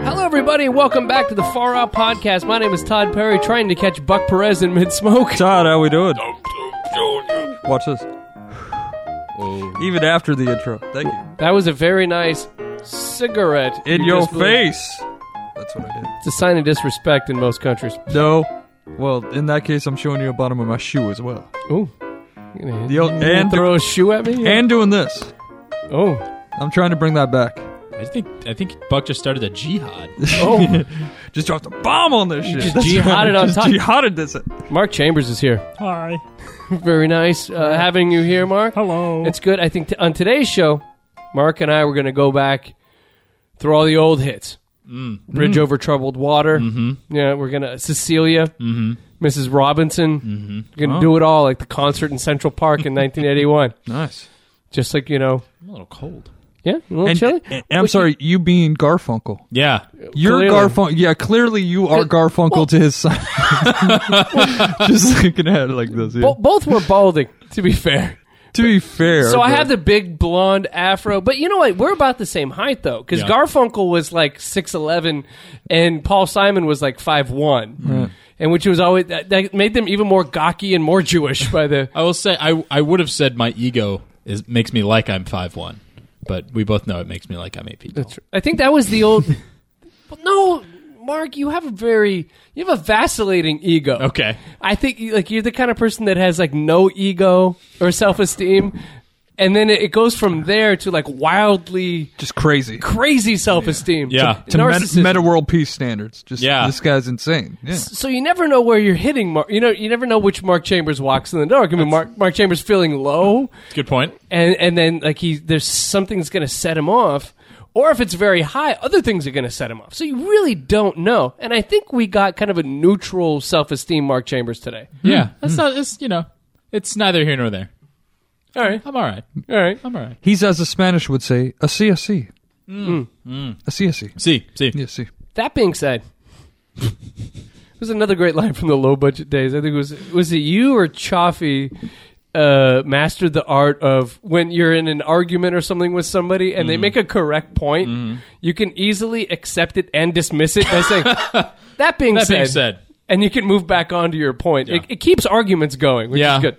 everybody, and welcome back to the Far Out Podcast. My name is Todd Perry, trying to catch Buck Perez in mid smoke. Todd, how we doing? Watch this. Oh. Even after the intro. Thank you. That was a very nice cigarette. In You your just blew. face. That's what I It's a sign of disrespect in most countries. did. No. Well, in that case, I'm showing you the bottom of my shoe as well. Ooh. You gonna- The old- you gonna and- throw a shoe at me? And doing this. oh. I'm trying to bring that back. I think I think Buck just started a jihad. Oh. Just dropped a bomb on this shit. just That's jihaded right. on Just top. jihaded this. Mark Chambers is here. Hi. Very nice uh, having you here, Mark. Hello. It's good. I think t- on today's show, Mark and I were going to go back through all the old hits. Mm. Mm. Bridge over troubled water. Mm-hmm. Yeah, we're gonna Cecilia, mm-hmm. Mrs. Robinson. Mm-hmm. Oh. Gonna do it all like the concert in Central Park in 1981. Nice. Just like you know, I'm a little cold. yeah, a little And, chilly. and- and I'm sorry, you being Garfunkel. Yeah. You're Clearly. Garfunkel. Yeah, clearly you are Garfunkel to his son. Just looking at it like this. Yeah. Bo- both were balding. To be fair, to be fair. so I but- have the big blonde afro, but you know what? We're about the same height though, because Yeah. Garfunkel was like six eleven, and Paul Simon was like five one, Hmm. and which was always that, that made them even more gawky and more Jewish by the. I will say I I would have said my ego is makes me like I'm five one, but we both know it makes me like I'm eight feet. tall. I think that was the old. Well, no, Mark, you have a very you have a vacillating ego. Okay. I think you- like you're the kind of person that has like no ego or self esteem. And then it it goes from there to like wildly Just crazy. crazy self esteem. Yeah. to meta, narcissism. meta world peace standards. Just Yeah. this guy's insane. Yeah. So you never know where you're hitting. Mark. You know, you never know which Mark Chambers walks in the door. I mean, Mark Mark Chambers feeling low, Good point. and and then like he there's something's going to set him off, or if it's very high, other things are going to set him off. So you really don't know. And I think we got kind of a neutral self esteem Mark Chambers today. Yeah. That's not it's you know, it's neither here nor there. All right, I'm all right. all right. I'm all right. He's as the Spanish would say, a CSC. Mm. Mm. A CSC. See, see. Yeah, see. That being said. It was another great line from the low budget days. I think it was was it you or Chaffee uh, mastered the art of when you're in an argument or something with somebody and they Mm-hmm. make a correct point, you can easily accept it and dismiss it by saying that being That said, being said, and you can move back on to your point. It, it keeps arguments going, which Yeah. is good.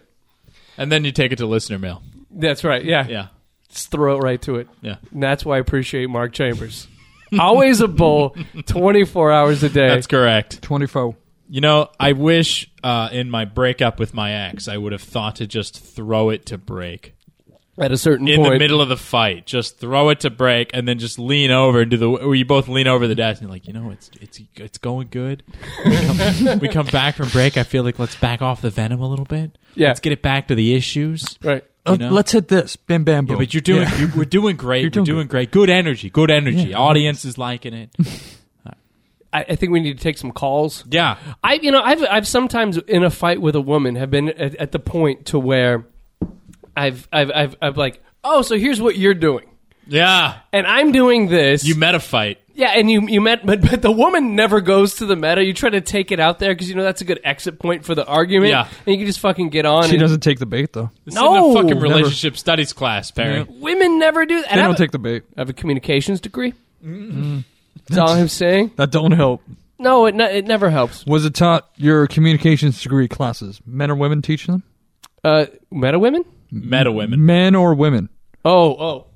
and then you take it to listener mail. That's right. Yeah. Yeah. Just throw it right to it. Yeah. And that's why I appreciate Mark Chambers. Always a bull, 24 hours a day. That's correct. 24. You know, I wish uh, in my breakup with my ex, I would have thought to just throw it to break At a certain in point. the middle of the fight. Just throw it to break, and then just lean over and do the. Where you both lean over the desk and you're like, you know, it's it's it's going good. We come, we come back from break. I feel like let's back off the venom a little bit. Yeah. let's get it back to the issues. Right. Uh, know? let's hit this. Bam, bam, boom. Yeah, but you're doing Yeah. you we're doing great. You're doing we're doing great. Good energy. Good energy. Yeah. Audience is liking it. I, I think we need to take some calls. yeah. I, you know, I've, I've sometimes in a fight with a woman have been at, at the point to where I've, I've, I've, I've like, oh, so here's what you're doing. Yeah. And I'm doing this. You met a fight. Yeah, and you you met, but but the woman never goes to the meta. You try to take it out there because you know that's a good exit point for the argument. Yeah. and you can just fucking get on. She and- doesn't take the bait, though. This No. isn't a fucking Never. relationship studies class, Perry. Yeah. Women never do that. They I, don't have take Mm-hmm. the bait. a, I have a communications degree. That's all I'm saying. That don't help. No, it ne- it never helps. Was it taught your communications degree classes? Men or women teaching them? Uh, meta women. Meta women. Men or women? Oh oh,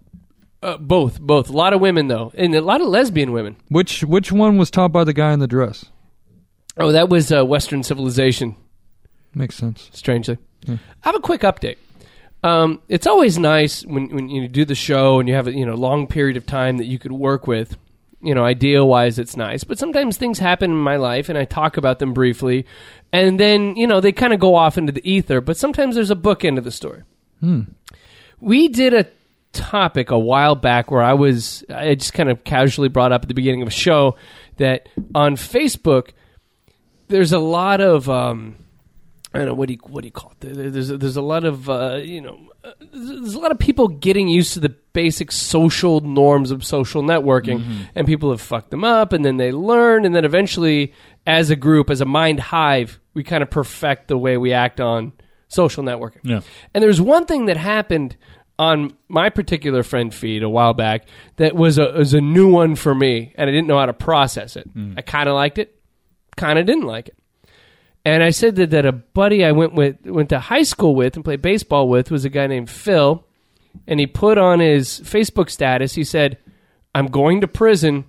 uh, both both. A lot of women though, and a lot of lesbian women. Which which one was taught by the guy in the dress? Oh, that was uh, Western civilization. Makes sense. strangely. I have a quick update. Um, it's always nice when, when you do the show and you have a you know long period of time that you could work with. You know, idea wise, it's nice, but sometimes things happen in my life and I talk about them briefly, and then you know they kind of go off into the ether. But sometimes there's a book end of the story. We did a topic a while back where I was I just kind of casually brought up at the beginning of a show that on Facebook there's a lot of um, I don't know what do you what do you call it? There- there- There's there's a lot of uh, you know uh, there's a lot of people getting used to the basic social norms of social networking, and people have fucked them up, and then they learn, and then eventually, as a group, as a mind hive, we kind of perfect the way we act on social networking. Yeah. And there's one thing that happened on my particular friend feed a while back that was a was a new one for me, and I didn't know how to process it. I kind of liked it, kind of didn't like it. And I said that, that a buddy I went with went to high school with and played baseball with was a guy named Phil, and he put on his Facebook status. He said, "I'm going to prison.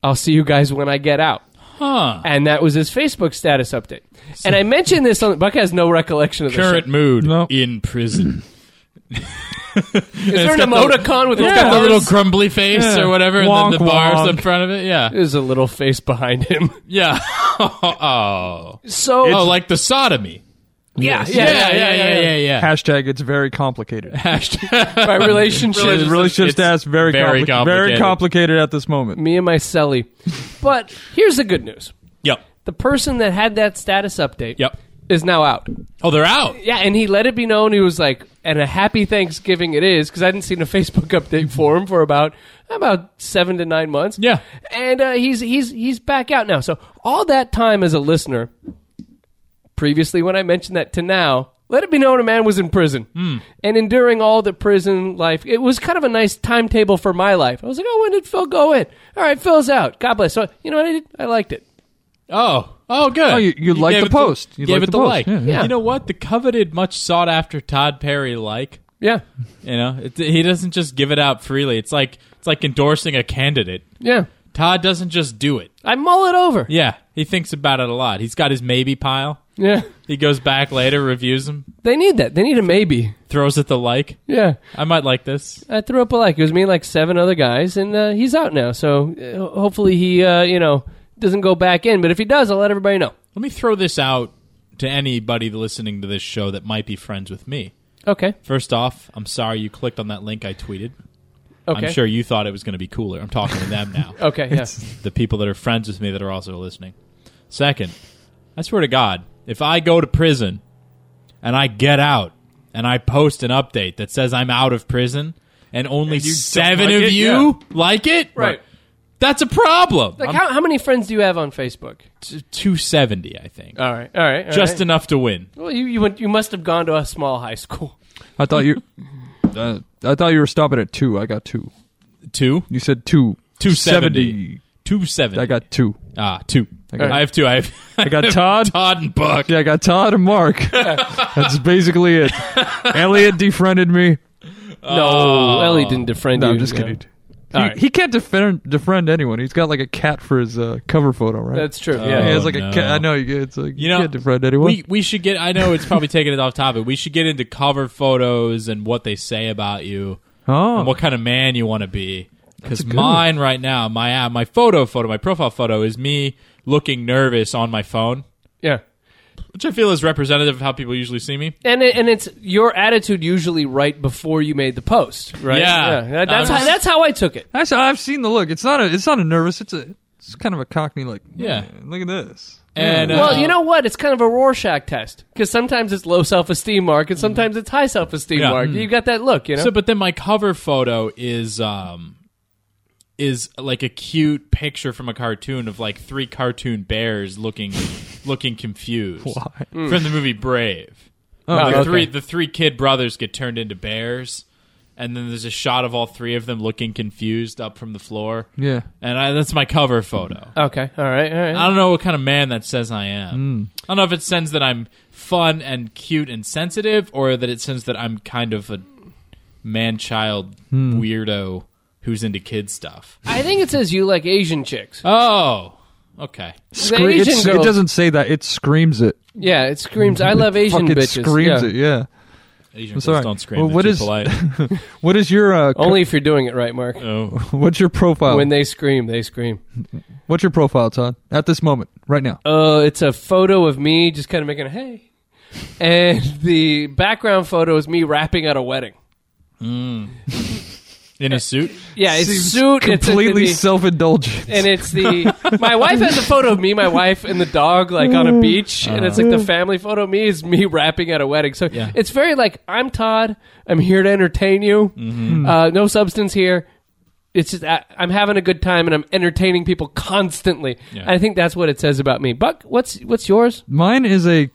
I'll see you guys when I get out." Huh. And that was his Facebook status update. and I mentioned this on Buck has no recollection of this. Current mood No. in prison. Is there an emoticon with It's yeah. got the little grumbly face Yeah. or whatever, and Wonk, then the bars wonk. in front of it. Yeah, There's a little face behind him. yeah. oh, So oh, like the sodomy. yeah, Yeah, yeah, yeah, yeah, yeah. Hashtag it's very complicated. Hashtag. My relationship, Really- Really should It's ask very very compli- very complicated. complicated at this moment. me and my celly. But here's the good news: Yep. the person that had that status update Yep. is now out. Oh, they're out. Yeah, and he let it be known he was like, and a happy Thanksgiving it is because I hadn't seen a Facebook update for him for about about seven to nine months. Yeah. and uh, he's he's he's back out now. So all that time as a listener, previously when I mentioned that to now, let it be known a man was in prison and enduring all the prison life. It was kind of a nice timetable for my life. I was like, oh, when did Phil go in? All right, Phil's out. God bless. So you know what I did? I liked it. Oh, oh, good. Oh, you- you liked gave the it post. You gave liked it the the post. like. Yeah, yeah. You know what? The coveted, much sought after Todd Perry like. Yeah, You know, it, he doesn't just give it out freely. It's like it's like endorsing a candidate. yeah. Todd doesn't just do it. I mull it over. Yeah, he thinks about it a lot. He's got his maybe pile. Yeah, He goes back later, reviews them, they need that. They need a maybe. throws at the like. Yeah. I might like this. I threw up a like. It was me and like seven other guys, and uh, he's out now. So uh, hopefully he, uh, you know, doesn't go back in. But if he does, I'll let everybody know. Let me throw this out to anybody listening to this show that might be friends with me. Okay. First off, I'm sorry you clicked on that link I tweeted. Okay. I'm sure you thought it was going to be cooler. I'm talking to them now. Okay. Yeah. the people that are friends with me that are also listening. Second, I swear to God, if I go to prison and I get out and I post an update that says I'm out of prison and only you don't seven like of it? you like it, Right. That's a problem. Like, how, how many friends do you have on Facebook? T- 270, I think. All right. All right. all Just right. enough to win. Well, you you, went, you must have gone to a small high school. I thought you, uh, I thought you were stopping at two. I got two. Two? You said two. 270. 270. I got two. ah, two. I, got- have two. I have I got Todd. Todd and Buck. Yeah, I got Todd and Mark. That's basically it. Elliot defriended me. Oh. No, Ellie didn't defriend No, you. I'm just no. kidding. He, All right. he can't defend defriend anyone. He's got like a cat for his uh, cover photo, right? That's true. yeah, he yeah. has like Oh, a no. cat. I know. you- It's like You know, can't defriend anyone. We we should get. I know it's probably taking it off topic. We should get into cover photos and what they say about you oh, and what kind of man you want to be. a Because good mine right now, my uh, my photo photo, my profile photo is me looking nervous on my phone, Yeah. which I feel is representative of how people usually see me. And it, and it's your attitude usually right before you made the post, right? Yeah. That- that's I'm how just- that's how I took it. Actually, I've seen the look. It's not a. It's not a nervous. It's a. It's kind of a cockney. Like, Yeah. "Man, Look at this. And uh, Well, you know what? It's kind of a Rorschach test because sometimes it's low self esteem mark and sometimes it's high self esteem Yeah. mark. You got that look, you know? So, but then my cover photo is um is like a cute picture from a cartoon of like three cartoon bears looking looking confused from the movie Brave. Oh, the okay. three the three kid brothers get turned into bears, and then there's a shot of all three of them looking confused up from the floor. Yeah. And I, that's my cover photo. okay, all right, all right. I don't know what kind of man that says I Hmm. am. I don't know if it sends that I'm fun and cute and sensitive, or that it sends that I'm kind of a man child Hmm. weirdo who's into kid stuff. I think it says you like Asian chicks. Oh, okay. the Scre- Asian it's- it girls- doesn't say that. It screams it. Yeah, it screams, I love Asian Fucking bitches. screams Yeah. it. Yeah. Asian girls sorry. don't scream. Well, They're what too is- polite. What is your uh, co- Only if you're doing it right, Mark. oh. What's your profile? When they scream, they scream. What's your profile, Todd? At this moment, right now. Uh, it's a photo of me just kind of making a hey. And the background photo is me rapping at a wedding. in a suit. Yeah, it's Seems suit. Completely it's, it's self-indulgent. and it's the my wife has a photo of me, my wife and the dog like on a beach, and it's like the family photo of me is me rapping at a wedding. So Yeah. it's very like I'm Todd. I'm here to entertain you. Mm-hmm. Uh, no substance here. It's just I, I'm having a good time and I'm entertaining people constantly. Yeah. I think that's what it says about me. Buck, what's what's yours? Mine is a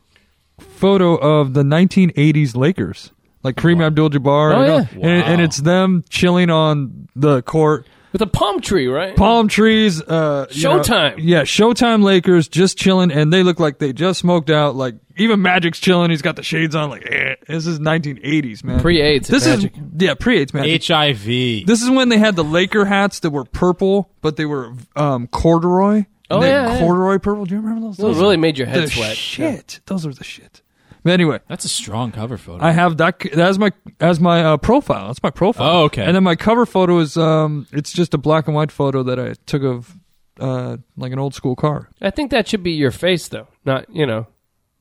photo of the 1980s Lakers. like Kareem Abdul-Jabbar, Oh, and, all- yeah. and, and Wow. it's them chilling on the court, with a palm tree, right? palm trees. Uh, you know- Showtime. yeah, Showtime Lakers just chilling, and they look like they just smoked out. Like even Magic's chilling, he's got the shades on. Like eh. this is 1980s, man. Pre eights. This is yeah, pre eights, man. HIV. This is when they had the Laker hats that were purple, but they were um, corduroy. Oh, They- yeah, yeah. corduroy purple. Do you remember those? Those Those really made your head the sweat. Shit, those were the shit. But anyway, That's a strong cover photo. I have that as my as my uh, profile. That's my profile. Oh, okay. And then my cover photo is um, it's just a black and white photo that I took of uh, like an old school car. I think that should be your face, though. Not you know,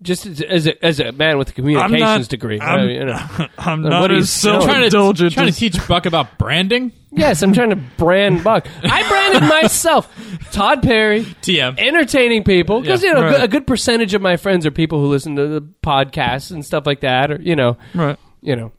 just as- as a, as a man with a not- communications degree. I'm- uh, you know. I'm Then what not are you as selling? self trying to, indulgent. trying to teach Buck about branding. yes, I'm trying to brand Buck. I branded myself, Todd Perry, TM. entertaining people because Yeah. you know Right. a good percentage of my friends are people who listen to the podcasts and stuff like that, or you know, right. you know.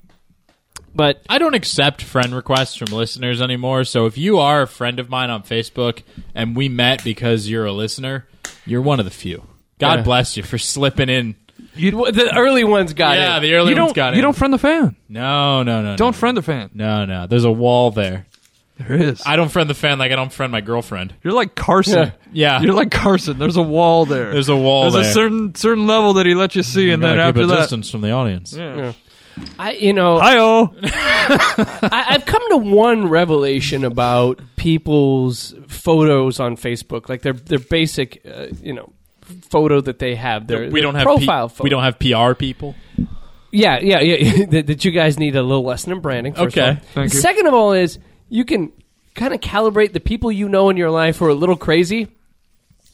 But I don't accept friend requests from listeners anymore. So if you are a friend of mine on Facebook and we met because you're a listener, you're one of the few. God Yeah. bless you for slipping in. w- the early ones got yeah, it. the early You ones don't. got you in. don't friend the fan. no, no, no. Don't no. friend the fan. No, no. There's a wall there. There is. I don't friend the fan like I don't friend my girlfriend. You're like Carson. Yeah. Yeah. You're like Carson. There's a wall there. There's a wall There's there. a certain certain level that he lets you see, and then Gotta after keep a that, distance from the audience. I you know hi oh, I, I've come to one revelation about people's photos on Facebook, like their their basic, uh, you know, photo that they have. Their, we their don't have profile P- photo. We don't have PR people. Yeah, yeah, yeah. that, that you guys need a little lesson in branding. First Okay. of all. Thank you. Second of all, is you can kind of calibrate the people you know in your life who are a little crazy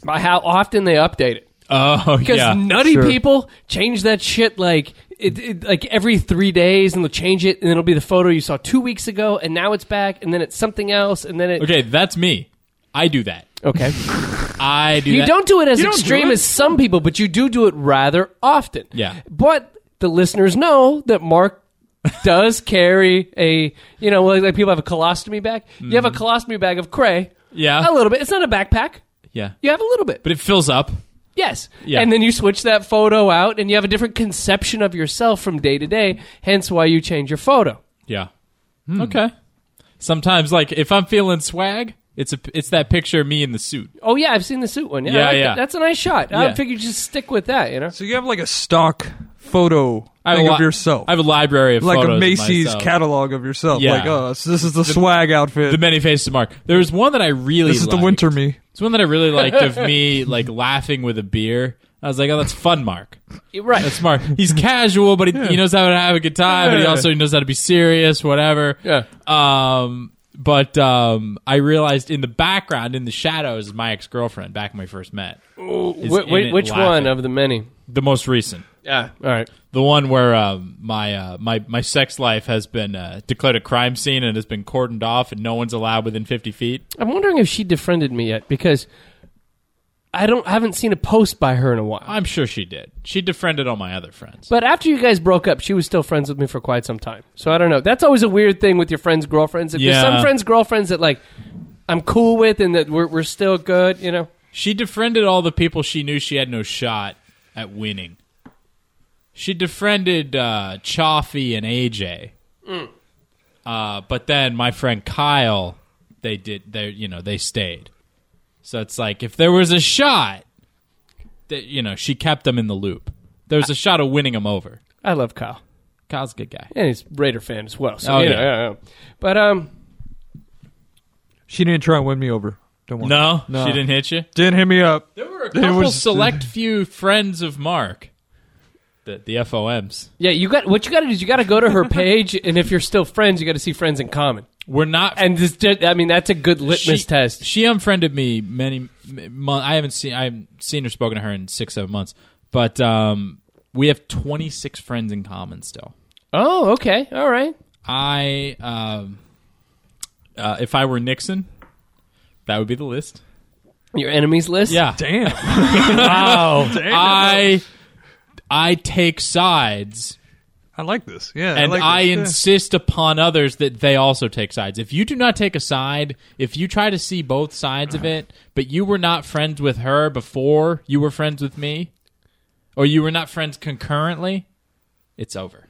by how often they update it. Oh, Because yeah. nutty sure. people change that shit like it, it, like every three days, and they'll change it, and it'll be the photo you saw two weeks ago, and now it's back, and then it's something else, and then it. okay, that's me. I do that. Okay. I do you that. don't do it as You don't do extreme it? as some people, but you do do it rather often. Yeah. But the listeners know that Mark does carry a, you know, like like people have a colostomy bag. You have a colostomy bag of cray. Mm-hmm. Yeah. A little bit. It's not a backpack. Yeah. You have a little bit. But it fills up. Yes. Yeah. And then you switch that photo out and you have a different conception of yourself from day to day, hence why you change your photo. Yeah. Hmm. Okay. Sometimes, like if I'm feeling swag, it's a it's that picture of me in the suit. Oh, yeah, I've seen the suit one. Yeah, I Yeah, like yeah. that. That's a nice shot. I Yeah. figured you just stick with that, you know? so you have like a stock photo have thing a of li- yourself, I have a library of like photos a of Macy's myself. catalog of yourself. Yeah. Like, oh, so this is the, swag outfit. The many faces of Mark. There was one that I really. this is the liked. winter me. It's one that I really liked of me, like laughing with a beer. I was like, oh, that's fun, Mark. Right. That's Mark. He's casual, but he, he knows how to have a good time, but he Yeah. also knows how to be serious, whatever. Yeah. Um, but um, I realized in the background, in the shadows, is my ex girlfriend back when we first met. Is Wh- in wh- it which laughing. one of the many? The most recent. Yeah. All right. The one where um, my uh, my my sex life has been uh, declared a crime scene and has been cordoned off, and no one's allowed within fifty feet. I'm wondering if she defriended me yet because I don't I haven't seen a post by her in a while. I'm sure she did. She defriended all my other friends. But after you guys broke up, she was still friends with me for quite some time. So I don't know. That's always a weird thing with your friends' girlfriends. If there's Yeah. some friends' girlfriends that like I'm cool with and that we're we're still good, you know. She defriended all the people she knew she had no shot at winning. She defriended uh, Chaffee and AJ. Mm. Uh, but then my friend Kyle, they did. They you know they stayed. So it's like if there was a shot, that you know she kept them in the loop. There was a shot of winning them over. I love Kyle. Kyle's a good guy. And he's a Raider fan as well. So Oh, you yeah. know, yeah, yeah. But um She didn't try and win me over. Don't worry. No, No. she didn't hit you. didn't hit me up. There were a There couple was- select few friends of Mark, the the FOMs. yeah, you got what you got to do is you got to go to her page and if you're still friends, you got to see friends in common. We're not And this I mean that's a good litmus she, test. She unfriended me many. m- mon- I haven't seen. I haven't seen or spoken to her in six, seven months. But um, we have twenty six friends in common still. Oh, okay. All right. I, um, uh, if I were Nixon, that would be the list. Your enemies list? Yeah, Damn. wow. Damn. I, I take sides, I like this. Yeah. and like I this. Yeah. insist upon others that they also take sides. If you do not take a side, if you try to see both sides of it, but you were not friends with her before you were friends with me, or you were not friends concurrently, it's over.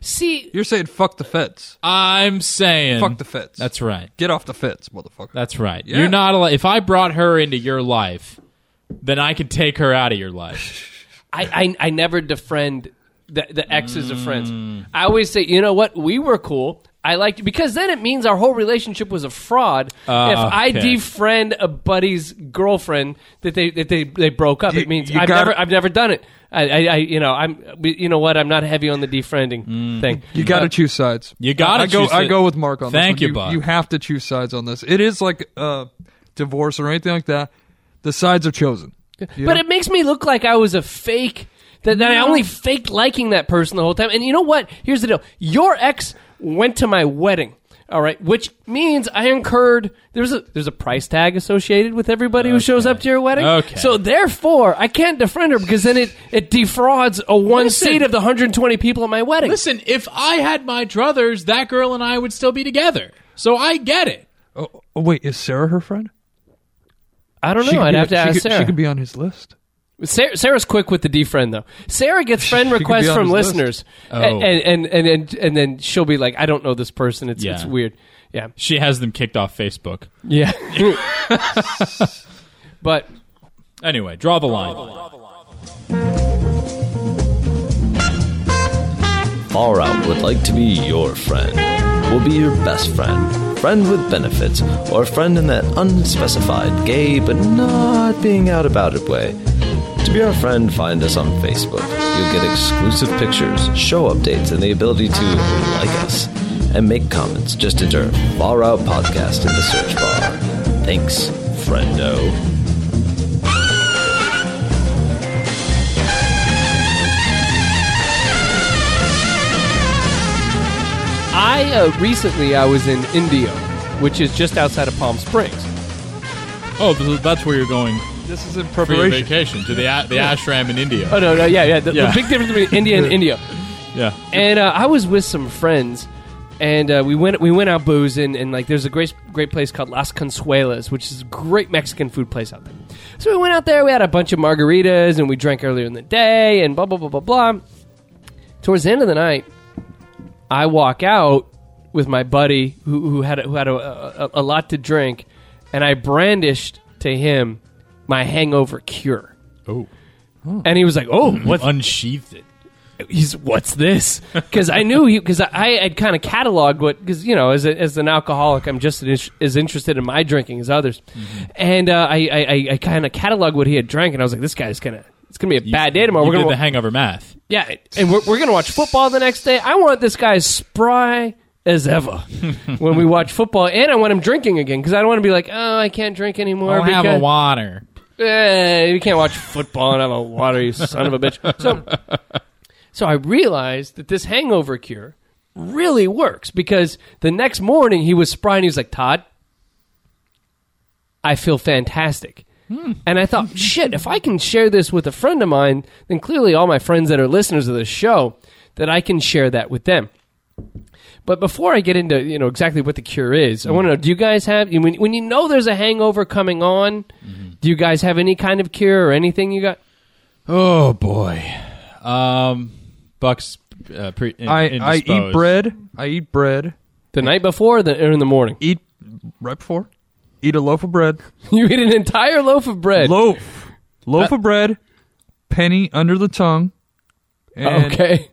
See, You're saying fuck the feds. I'm saying. Fuck the feds. That's right. Get off the feds, motherfucker. That's right. Yeah. You're not allowed. If I brought her into your life, then I could take her out of your life. I, I, I never defriend the, the exes of friends. I always say, you know what? We were cool. I liked you because then it means our whole relationship was a fraud. if I okay. defriend a buddy's girlfriend that they that they, they broke up, it means you I've gotta- never I've never done it. I, I, I you know I'm you know what I'm not heavy on the defriending thing. You got to choose sides. You gotta I go. choose I it. go with Mark on Thank this. you, one. Buck. You have to choose sides on this. It is like uh, divorce or anything like that. The sides are chosen. You But know? it makes me look like I was a fake. That, that I only faked liking that person the whole time. And you know what? Here's the deal. Your ex went to my wedding. All right, which means I incurred there's a there's a price tag associated with everybody who shows up to your wedding. Okay. So therefore, I can't defriend her because then it it defrauds a one Listen. seat of the 120 people at my wedding. Listen, if I had my druthers, that girl and I would still be together. So I get it. oh, oh, wait, is Sarah her friend? I don't know. could I'd be- have to she ask could- Sarah. She could be on his list. Sarah, Sarah's quick with the defriend though. Sarah gets friend could be requests on from his list. listeners, Oh. and, and, and and and then she'll be like, "I don't know this person. It's it's Yeah. weird." Yeah, She has them kicked off Facebook. yeah. but Anyway, draw the line. Far Out would like to be your friend. We'll be your best friend, friend with benefits, or friend in that unspecified gay but not being out about it way. To be our friend, find us on Facebook. You'll get exclusive pictures, show updates, and the ability to like us and make comments. Just enter Far Out Podcast in the search bar. Thanks, friendo. I uh, recently I was in Indio, which is just outside of Palm Springs. Oh, th- that's where you're going This is in for your preparation. vacation to the a- the ashram in India. Oh no, no, yeah, yeah. The, Yeah. the big difference between India and Indio. Yeah. and uh, I was with some friends, and uh, we went we went out boozing, and like there's a great great place called Las Consuelas, which is a great Mexican food place out there. So we went out there, we had a bunch of margaritas, and we drank earlier in the day, and blah blah blah blah blah. Towards the end of the night, I walk out with my buddy who, who had a, who had a, a, a lot to drink, and I brandished to him my hangover cure. Oh. And he was like, "Oh, what's Unsheathed it. he's what's this because i knew he because i I had kind of cataloged what because you know as, a, as an alcoholic i'm just as, as interested in my drinking as others Mm-hmm. and uh, i i, I, I kind of cataloged what he had drank and i was like this guy's gonna it's gonna be a bad day tomorrow You we're did gonna the hangover math. yeah and we're, we're gonna watch football the next day i want this guy spry as ever when we watch football and i want him drinking again because i don't want to be like oh i can't drink anymore Don't have a because- water. eh, you can't watch football and have a water, you son of a bitch. So, so I realized that this hangover cure really works because the next morning he was spry and he was like, Todd, I feel fantastic. And I thought, shit, if I can share this with a friend of mine, then clearly all my friends that are listeners of this show, that I can share that with them. But before I get into you know exactly what the cure is, I want to know: Do you guys have when when you know there's a hangover coming on? Do you guys have any kind of cure or anything you got? Oh boy. Um, Bucks. Uh, pre- in- I, I eat indisposed. bread. I eat bread. The night before, or the, or in the morning, Eat right before. Eat a loaf of bread. you eat an entire loaf of bread. Loaf. Loaf Uh, of bread. Penny under the tongue. and- okay,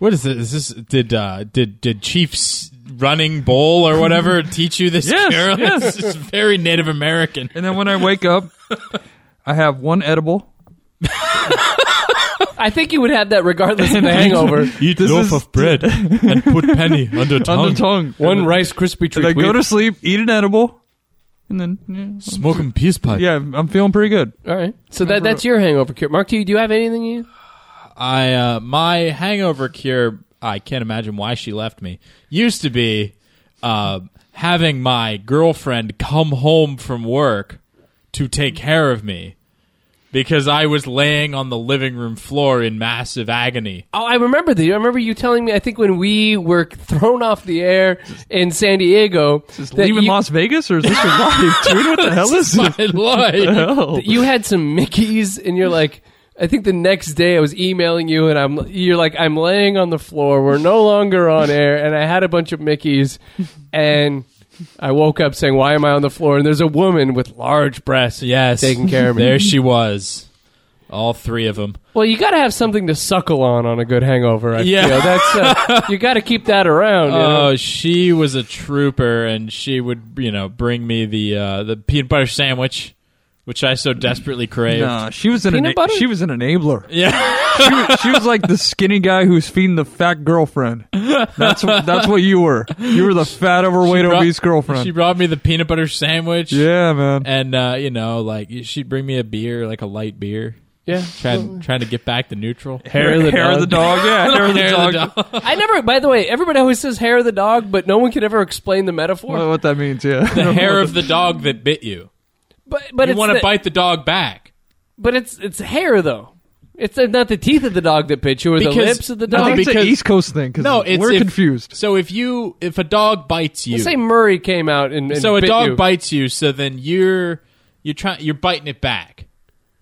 What is this? Is this did uh, did did Chiefs running bowl or whatever teach you this? Yes, Carol? yes. This is very Native American. And then when I wake up, I have one edible. I think you would have that regardless of the hangover. Eat This loaf is- of bread and put penny under tongue. Under tongue. One Rice crispy And I treat. go to sleep, eat an edible, and then yeah, Smoking peace pipe. yeah, I'm feeling pretty good. all right, so that, that's your hangover cure. Mark, do you, do you have anything? You I uh, my hangover cure. I can't imagine why she left me. Used to be uh, having my girlfriend come home from work to take care of me because I was laying on the living room floor in massive agony. oh, I remember that. I remember you telling me. I think when we were thrown off the air in San Diego, Is that leaving you- Las Vegas or is this your Oh. life, dude? What the hell is this? My life. Hell. that you had some Mickey's and you're like, I think the next day I was emailing you, and I'm you're like, I'm laying on the floor. We're no longer on air, and I had a bunch of Mickey's, and I woke up saying, "Why am I on the floor?" And there's a woman with large breasts. Yes, Taking care of me. There she was, all three of them. Well, you got to have something to suckle on on a good hangover. I Yeah. feel. that's uh, you got to keep that around. you know? Oh, she was a trooper, and she would, you know, bring me the uh, the peanut butter sandwich, which I so desperately craved. Nah, she was an Peanut ena- butter? she was an enabler. Yeah, She was, she was like the skinny guy who's feeding the fat girlfriend. That's what, that's what you were. You were the fat, overweight, brought- obese girlfriend. she brought me the peanut butter sandwich. yeah, man. and uh, you know, like she'd bring me a beer, like a light beer, yeah. trying trying to get back to neutral. Hair of the hair of the dog. Yeah, hair of the Hair dog. of the dog. I never. By the way, everybody always says hair of the dog, but no one can ever explain the metaphor. Uh, What, what that means? Yeah. The hair of the dog that bit you. but but You it's want to the- bite the dog back. But it's it's hair though. It's uh, not the teeth of the dog that bit you, or the Because- lips of the I dog. think it's because- an East Coast thing because No, it's we're if- confused. So if you if a dog bites you, Let's say Murray came out and, and so a bit dog you. bites you, so then you're you're trying you're biting it back.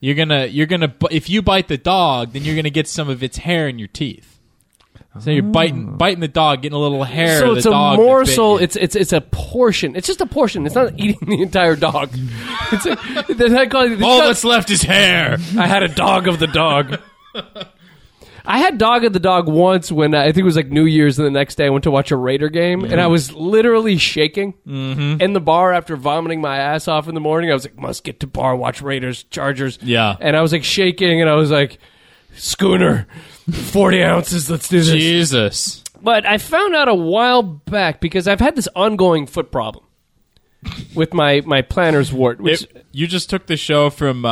You're gonna you're gonna bu- if you bite the dog, then you're gonna get some of its hair in your teeth. So you're biting biting the dog, getting a little hair. Oh. So of the it's a dog that bit morsel. you. It's it's it's a portion. It's just a portion. It's not eating the entire dog. It's a, they're not calling it- it's all not- that's left is hair. I had a dog of the dog. I had dog of the dog once when uh, I think it was like New Year's, and the next day I went to watch a Raider game, and I was literally shaking in the bar after vomiting my ass off in the morning. I was like, must get to bar, watch Raiders, Chargers. Yeah. And I was like shaking, and I was like, schooner, 40 ounces, let's do this. Jesus. But I found out a while back because I've had this ongoing foot problem with my, my planner's wart, which. It- you just took the show from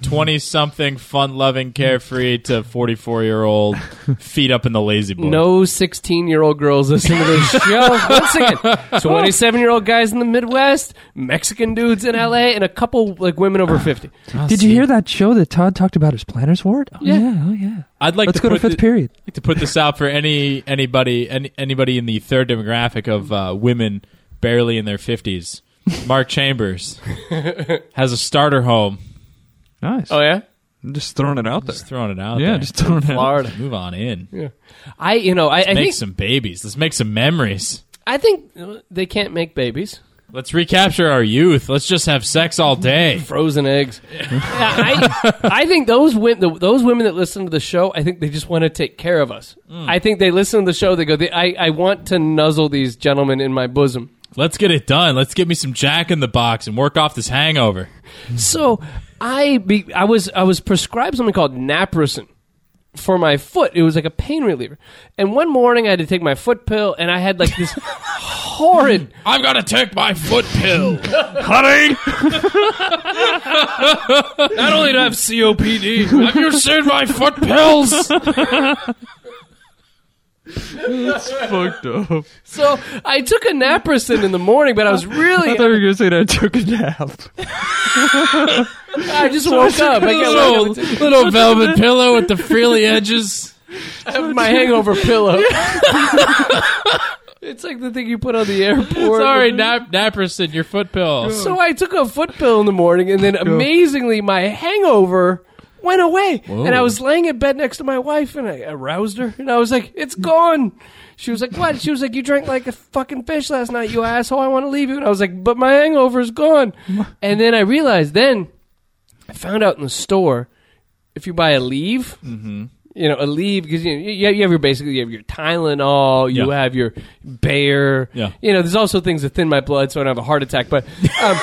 twenty something, fun loving, carefree to forty four year old feet up in the lazy boy. No 16 year old girls listen to this show. Once again, 27 year old guys in the Midwest, Mexican dudes in LA, and a couple like women over 50. Did you hear that show that Todd talked about his planner's ward? Oh, Yeah. oh yeah. I'd like Let's go to to put fifth thi- period. like to put this out for any anybody any, anybody in the third demographic of uh, women barely in their fifties. Mark Chambers has a starter home. Nice. Oh, yeah? I'm Oh, just throwing it out there. Just throwing it out yeah, there. just throwing it out. Florida. move on in. I, you know, I, I Make think, some babies. Let's make some memories. I think uh, they can't make babies. Let's recapture our youth. Let's just have sex all day. Frozen eggs. Yeah, I, I think those women, those women that listen to the show, I think they just want to take care of us. I think they listen to the show. They go, they, I, I want to nuzzle these gentlemen in my bosom. Let's get it done. Let's get me some Jack in the Box and work off this hangover. So I be, I was I was prescribed something called naproxen for my foot. It was like a pain reliever. And one morning I had to take my foot pill, and I had like this horrid. I've got to take my foot pill. Honey! Not only do I have COPD, Have you seen my foot pills? Fucked up. so I took a naproxen in the morning, but I was really I thought you were going to say that I took a nap. I just woke up. I got little, little velvet pillow with the frilly edges. my hangover pillow. It's like the thing you put on the airport. Sorry, Nap- Naperson, your foot pill. So I took a foot pill in the morning, and then amazingly, my hangover went away. And I was laying in bed next to my wife, and I aroused her, and I was like, "It's gone." She was like, "What?" She was like, "You drank like a fucking fish last night, you asshole. I want to leave you." And I was like, "But my hangover's gone." And then I realized. Then I found out in the store if you buy a leave. You know, a leave because you, you you have your basically you have your Tylenol, you Yeah. have your Bayer. Yeah. You know, there's also things that thin my blood so I don't have a heart attack. But um,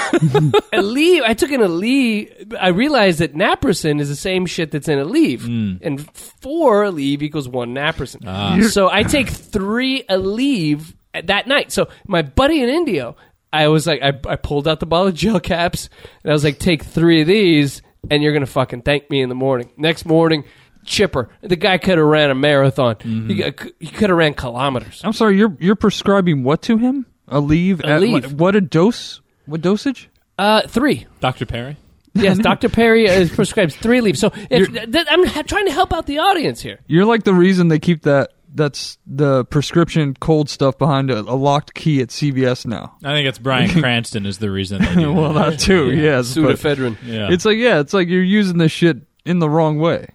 Aleve, I took an Aleve. I realized that naproxen is the same shit that's in Aleve, and four Aleve equals one naproxen. So I take three Aleve at- that night. So my buddy in Indio, I was like, I, I pulled out the bottle of gel caps, and I was like, take three of these, and you're gonna fucking thank me in the morning. Next morning. Chipper, the guy could have ran a marathon. He, got- he could have ran kilometers. I'm sorry, you're you're prescribing what to him? A leave? at- leave. What, what a dose? What dosage? Uh, three. Dr. Perry? Yes, Dr. Perry uh, prescribes three leaves. So if, th- I'm ha- trying to help out the audience here. You're like the reason they keep that that's the prescription cold stuff behind a, a locked key at CVS now. I think it's Brian Cranston is the reason they do Well, that. Oh, that too, yes. but Pseudoephedrine. Yeah. It's like yeah, it's like you're using this shit in the wrong way.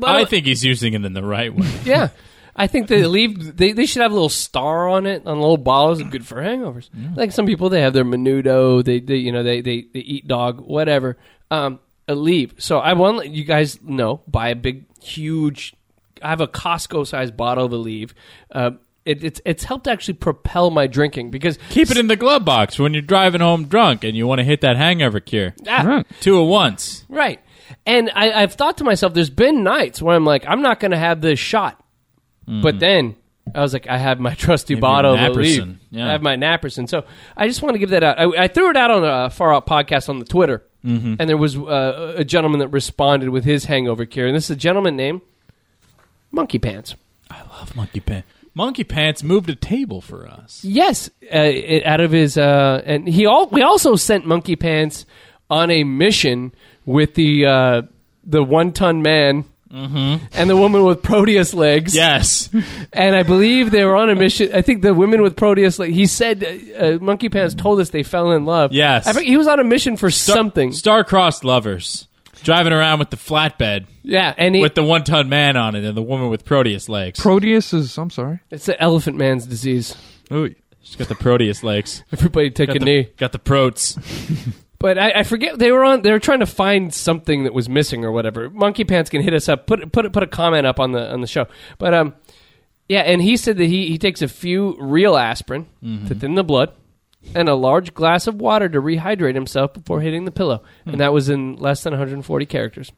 Well, I think he's using it in the right way. yeah. I think they leave. They, they should have a little star on it, on little bottles, good for hangovers. Like some people, they have their menudo. They, they you know, they, they, they eat dog, whatever. Um, a leaf. So I want to let you guys know. Buy a big, huge. I have a Costco-sized bottle of Aleve. Uh, it, it's it's helped actually propel my drinking because Keep it in the glove box when you're driving home drunk and you want to hit that hangover cure. Ah, Right. Two at once. Right. And I, I've thought to myself, there's been nights where I'm like, I'm not going to have this shot. But then I was like, I have my trusty bottle of Naperson. Aleve. Yeah. I have my Naperson. So I just want to give that out. I, I threw it out on a Far Out podcast on the Twitter. And there was uh, a gentleman that responded with his hangover cure. And this is a gentleman named Monkey Pants. I love Monkey Pants. Monkey Pants moved a table for us. Yes, uh, it, out of his uh, and he all we also sent Monkey Pants on a mission with the uh, the one ton man Mm-hmm. and the woman with Proteus legs. Yes. and I believe they were on a mission. I think the women with Proteus legs. He said uh, uh, Monkey Pants told us they fell in love. Yes. I forget- he was on a mission for something. Star-crossed lovers. Driving around with the flatbed yeah, and he, with the one-ton man on it and the woman with Proteus legs. Proteus is. I'm sorry. it's the Elephant Man's disease. She's got the Proteus legs. Everybody take Got a the, knee. got the protes. But I, I forget they were on. They were trying to find something that was missing or whatever. Monkey Pants can hit us up. Put put put a comment up on the on the show. But um, yeah, and he said that he he takes a few real aspirin to thin the blood, and a large glass of water to rehydrate himself before hitting the pillow. And that was in less than 140 characters.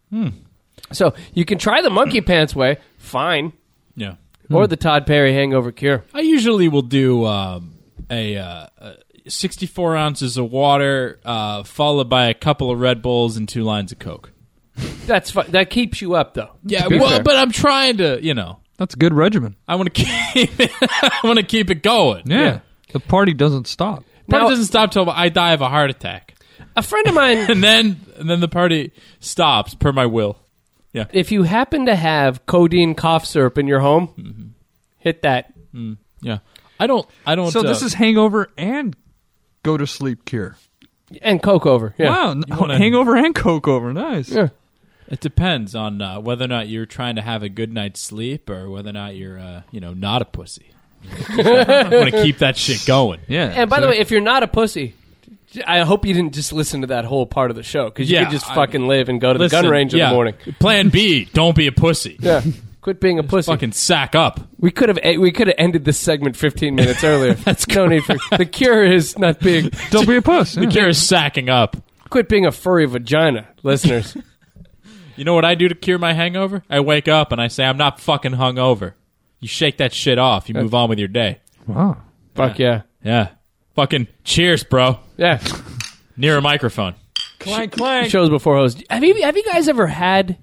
So you can try the Monkey Pants way, fine, Yeah. or the Todd Perry Hangover Cure. I usually will do um, a, uh, a 64 ounces of water, uh, followed by a couple of Red Bulls and two lines of Coke. That's fine. that keeps you up though. Yeah, be well, fair. but I'm trying to, you know, That's a good regimen. I want to keep, it, I want to keep it going. Yeah. The party doesn't stop. Party Now- doesn't stop till I die of a heart attack, A friend of mine and then and then the party stops per my will. if you happen to have codeine cough syrup in your home, hit that. Yeah, I don't, I don't. So this uh, is hangover and go to sleep cure. And Coke over. Yeah. Wow, n- wanna- hangover and coke over. Nice. Yeah. it depends on uh, whether or not you're trying to have a good night's sleep or whether or not you're, uh, you know, not a pussy. I want to keep that shit going. Yeah. And by the way, if you're not a pussy, I hope you didn't just listen to that whole part of the show because you Yeah, could just I- fucking live and go to Listen, the gun range in yeah, the morning. Plan B, don't be a pussy. Yeah. Quit being a pussy. Fucking sack up. we could have e, we could have ended this segment 15 minutes earlier. That's no need for the cure is not being. don't be a puss. yeah. Cure is sacking up. Quit being a furry vagina, listeners. You know what I do to cure my hangover? I wake up and I say I'm not fucking hungover. You shake that shit off. You move on with your day. Wow. Fuck yeah. Yeah. Fucking cheers, bro. Yeah. Near a microphone. Clank clank. shows before host. Have you have you guys ever had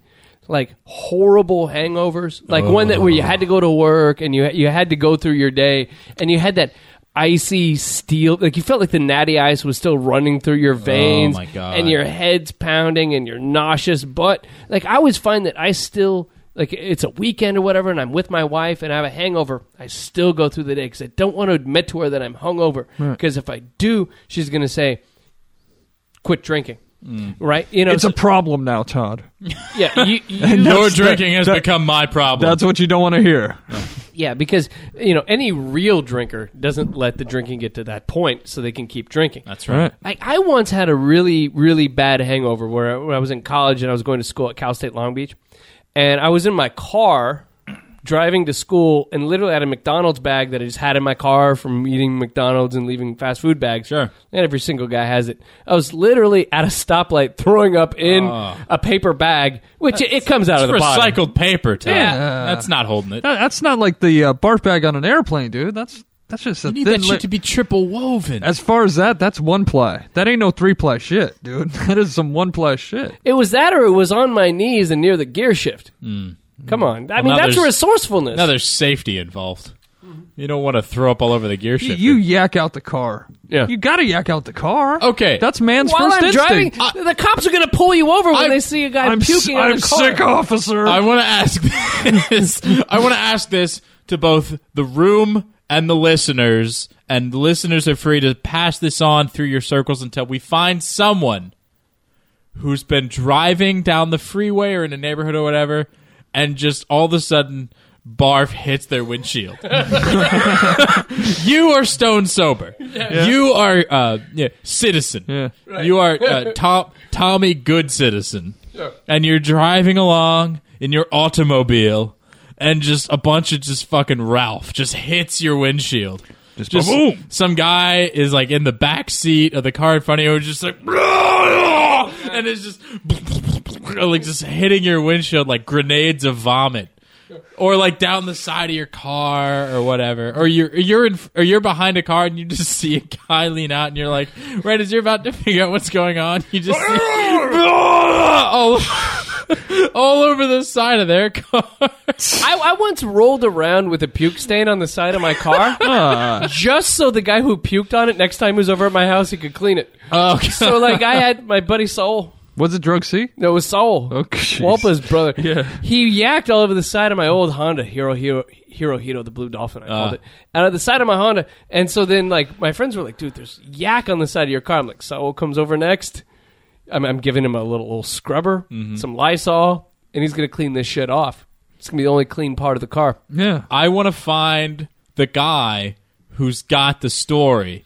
like horrible hangovers? Like one that where you had to go to work and you you had to go through your day and you had that icy steel like you felt like the natty ice was still running through your veins Oh, my God. and your head's pounding and you're nauseous but like I always find that I still like it's a weekend or whatever and I'm with my wife and I have a hangover I still go through the day cuz I don't want to admit to her that I'm hungover cuz if I do she's going to say quit drinking Mm. right you know It's so- a problem now, Todd. yeah, you, you- Your That's the- drinking has that- become my problem. That's what you don't want to hear. yeah, because you know any real drinker doesn't let the drinking get to that point, so they can keep drinking. That's right. Like I once had a really, really bad hangover where I, when I was in college and I was going to school at Cal State Long Beach, and I was in my car driving to school and literally had a McDonald's bag that I just had in my car from eating McDonald's and leaving fast food bags. Sure. and every single guy has it. I was literally at a stoplight throwing up in Ah. a paper bag, which it, it comes out of It's the bottom. recycled paper, Todd. Yeah. That's not holding it. That- that's not like the uh, barf bag on an airplane, dude. That's that's just a You need thin that li- shit to be triple woven. As far as that, that's one ply. That ain't no three ply shit, dude. That is some one ply shit. It was that, or it was on my knees and near the gear shift. Come on, I mean Hmm. now that's there's- resourcefulness. now there's safety involved. You don't want to throw up all over the gear You, shifter. you yak out the car. Yeah. You gotta yak out the car. Okay. That's man's While 1st I'm instinct. driving, the cops are going to pull you over when I'm- they see a guy I'm, s- puking out I'm of the car. sick, officer. I want to ask this. I want to ask this to both the room and the listeners. And the listeners are free to pass this on through your circles until we find someone who's been driving down the freeway or in a neighborhood or whatever, and just all of a sudden, barf hits their windshield. you are stone sober. You are uh, yeah, citizen. Yeah. You are uh, Tom, Tommy Good Citizen. And you're driving along in your automobile, and just a bunch of just fucking Ralph just hits your windshield. Just, ba-boom. some guy is like in the back seat of the car in front of you, and just like, and it's just like just hitting your windshield like grenades of vomit or like down the side of your car or whatever or you're you're in or you're behind a car and you just see a guy lean out and you're like right as you're about to figure out what's going on you just see all, all over the side of their car I, I once rolled around with a puke stain on the side of my car, Ah. just so the guy who puked on it next time he was over at my house he could clean it. oh So like I had my buddy Saul. Was it drug C? No, it was Saul. Oh, jeez. Walpa's brother. Yeah. He yacked all over the side of my old Honda Hero Hero Hero Hero, the blue dolphin I Ah. called it. Out of the side of my Honda. And so then like my friends were like, dude, there's yak on the side of your car. I'm like, Saul comes over next. I'm, I'm giving him a little little scrubber, Mm-hmm. some Lysol, and he's gonna clean this shit off. It's gonna be the only clean part of the car. Yeah. I want to find the guy who's got the story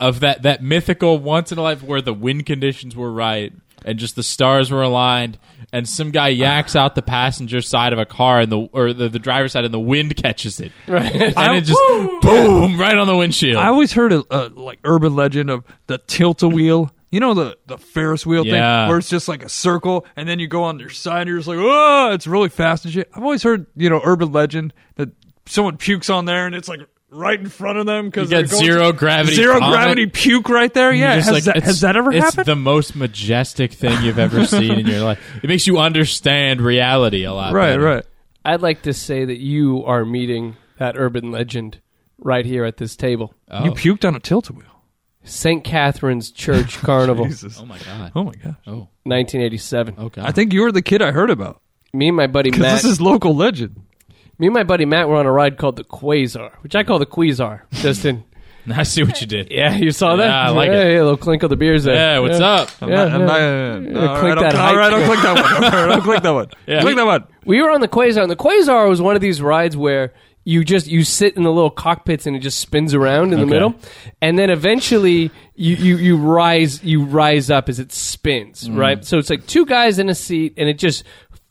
of that that mythical once in a life where the wind conditions were right and just the stars were aligned and some guy yaks out the passenger side of a car and the or the, the driver's side and the wind catches it right and it just boom right on the windshield I always heard a, a like urban legend of the tilt a wheel. You know the the Ferris wheel Yeah. thing, where it's just like a circle, and then you go on your side, and you're just like, oh, it's really fast and shit. I've always heard you know urban legend that someone pukes on there, and it's like right in front of them because You got zero gravity zero vomit. gravity puke right there. You're Yeah, just has, like, that, it's- has that ever it's happened? the most majestic thing you've ever seen in your life it makes you understand reality a lot right, better. right. I'd like to say that you are meeting that urban legend right here at this table. oh. You puked on a tilt a wheel. St. Catherine's Church Carnival, Jesus. oh my god Oh my gosh. oh 1987. oh god I think you were the kid I heard about. Me and my buddy 'Cause Matt. This is local legend. Me and my buddy Matt were on a ride called the Quasar, which I call the Quasar. Justin, I see what you did yeah, you saw that? Yeah, I like it. Yeah, yeah, little clink of the beers there. Yeah, what's up? I'm Yeah, not- I'm yeah. not- yeah, yeah, yeah. All click right, uh, don't- that all right, hype. don't click that one. All right, Don't click that one. Yeah. Click that one. We were on the Quasar, and the Quasar was one of these rides where you just you sit in the little cockpits and it just spins around in the Okay. middle, and then eventually you, you you rise you rise up as it Mm. spins, right? So it's like two guys in a seat, and it just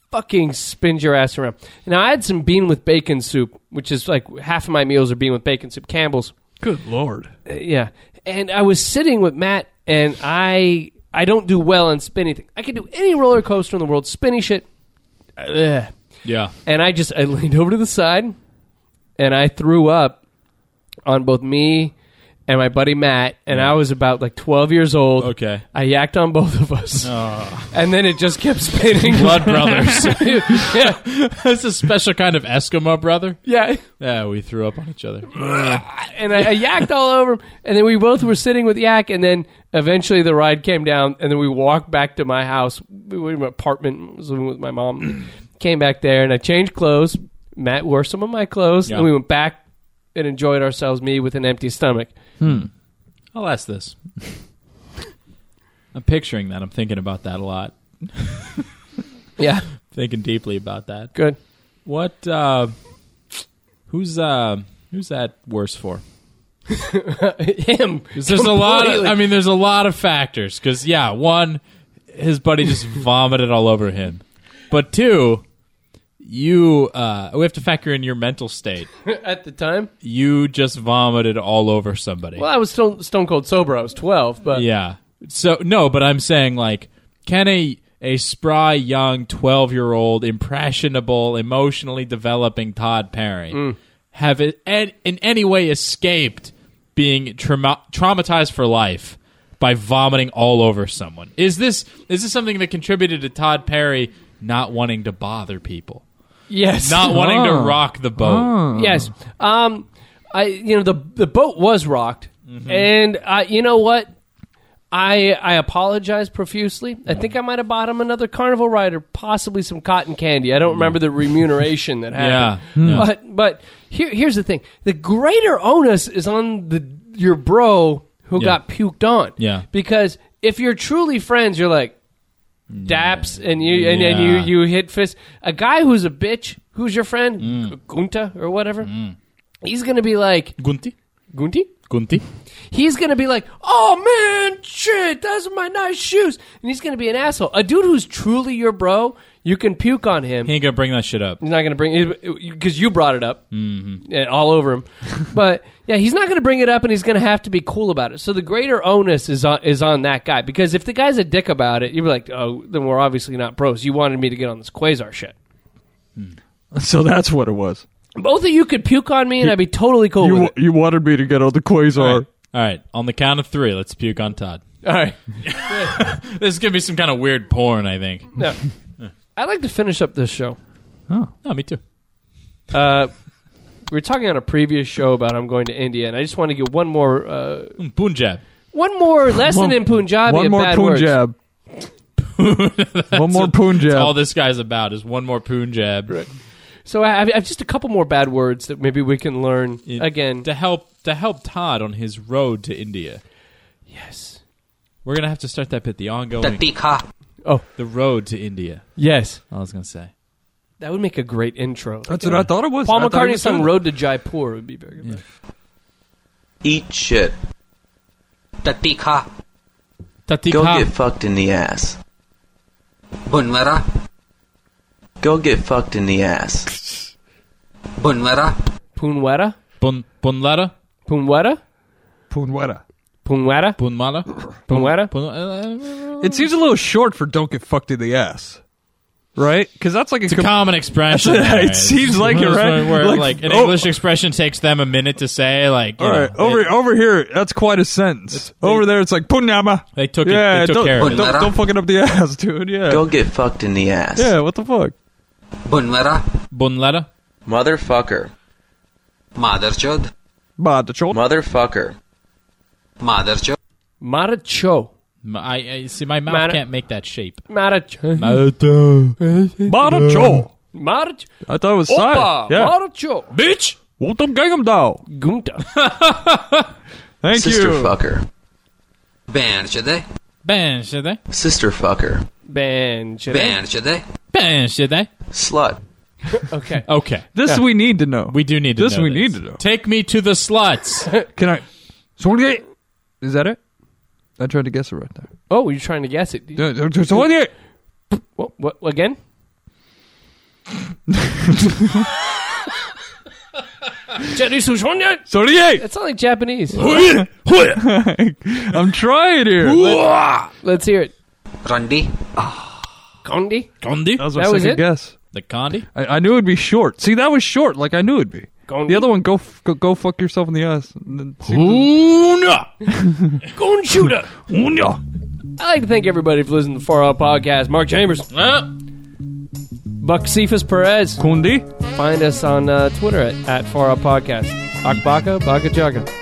fucking spins your ass around. Now I had some bean with bacon soup, which is like half of my meals are bean with bacon soup, Campbell's. Good lord. yeah. And I was sitting with Matt, and I I don't do well on spinny things. I can do any roller coaster in the world, spinny shit. Ugh. Yeah. And I just I leaned over to the side, and I threw up on both me and my buddy Matt. And I was about like twelve years old. Okay. I yacked on both of us, and then it just kept spinning. Blood brothers. yeah, That's a special kind of Eskimo brother. yeah. Yeah, we threw up on each other. and I, I yacked all over him. And then we both were sitting with yak. And then eventually the ride came down. And then we walked back to my house. We were in my apartment. I was living with my mom. came back there and I changed clothes. Matt wore some of my clothes. Yeah. And we went back and enjoyed ourselves, me with an empty stomach. I'll ask this. I'm picturing that. I'm thinking about that a lot. Yeah. Thinking deeply about that. Good. What? Uh, who's uh, who's that worse for? Him. 'Cause There's a lot. Of, Completely. I mean, there's a lot of factors. Because yeah, one, his buddy just vomited all over him. But two, you uh, we have to factor in your mental state. At the time. You just vomited all over somebody. Well, I was stone, stone cold sober. I was 12. But Yeah. So no, but I'm saying like, can a a spry young twelve year old impressionable, emotionally developing Todd Perry have it and in any way escaped being trauma- traumatized for life by vomiting all over someone? Is this is this something that contributed to Todd Perry not wanting to bother people, yes. not wanting to Oh. rock the boat? Yes. Um, I you know the the boat was rocked, Mm-hmm. and I you know what. I, I apologize profusely. I think I might have bought him another carnival ride or possibly some cotton candy. I don't remember the remuneration that happened. Mm. Yeah, Hmm. yeah. But but here here's the thing. The greater onus is on the your bro who Yeah. got puked on. Yeah. Because if you're truly friends, you're like, daps and you and, and Yeah. you you hit fist a guy who's a bitch who's your friend gunta or whatever he's gonna be like Gunti? gunti Gunti? he's gonna be like oh man shit those are my nice shoes and he's gonna be an asshole a dude who's truly your bro you can puke on him He ain't gonna bring that shit up. He's not going to bring it because you brought it up Mm-hmm. and all over him. but yeah, he's not going to bring it up, and he's going to have to be cool about it. So the greater onus is on is on that guy because if the guy's a dick about it, you're like, oh, then we're obviously not pros. You wanted me to get on this quasar shit. So that's what it was. Both of you could puke on me, and I'd be totally cool You with you wanted me to get on the All quasar. right. All right. On the count of three, let's puke on Todd. it. All right. This is gonna be some kind of weird porn, I think. No. I'd like to finish up this show. No, me too. Uh, we were talking on a previous show about I'm going to India, and I just want to give one more uh, Mm, Punjab. one more lesson in Punjabi. One of more bad words. Punjab. One more That's all Punjab. this guy's about is one more Punjab. So I have, I have just a couple more bad words that maybe we can learn In- again. To help to help Todd on his road to India. Yes. We're gonna have to start that bit, the ongoing 的地咖。 the road to India. Yes. I was gonna say. That would make a great intro. That's what I thought it was. Paul I thought it McCartney's was song good. "Road to Jaipur" would be very good. Eat shit. 的地咖。 Tati Go Ka. get fucked in the ass. 本来啦。 Go get fucked in the ass. 本来啦。 Punweta, Bun Bunlada? Punweta, Punweta. Punweta, Bunmala? Punweta. Bun, uh, It seems a little short for "Don't get fucked in the ass," right? Because that's like a it's a com- common expression. It there. It's seems just like one it, of those right? Where, Like, like, an oh. English expression takes them a minute to say. Like, you All right, know, over they, over here, that's quite a sentence. over there, it's like Punyama. they took Oh. yeah, it. They don't, took care of Pun- it. Don't, don't fuck it up the ass, dude. Yeah, Go get fucked in the ass. yeah. What the fuck? 本来啦。 Bunlada. Motherfucker. Motherjod. Bah, the chol- Motherfucker. Motherjod. Maracho, M- I, I see. My mouth Matter- can't make that shape. Maracho, Mm. bah, the chol. Maracho, I thought it was Opa, side. Yeah. Maracho, Bitch. What them gangnam doll? Gunta, Thank Sister you. fucker. Benjede. Ben, should they? Sister fucker. Ben, Benjede. Ben, should they? Slut. Okay. Okay. This we need to know. We do need to This know we need this. to know. Take me to the sluts. Can I? Twenty-eight. Is that it? I tried to guess it right there. Oh, you're trying to guess it. Yeah, there- there's one here. What, what again? It's Twenty-eight. not like Japanese. I'm trying here. Let's hear it. Randy. Condi, Condi. my That was second it? guess. The Condi. I, I knew it'd be short. See, that was short. Like I knew it'd be. Gong- The other one, go f- go, go fuck yourself in the ass. And then see- Gun shooter. I'd like to thank everybody for listening to the Far Out Podcast. Mark Chambers, Ah. Buck Cephas Perez. Kundi. Find us on uh, Twitter at, at Far Out Podcast. Akbaka, Baka Jaga.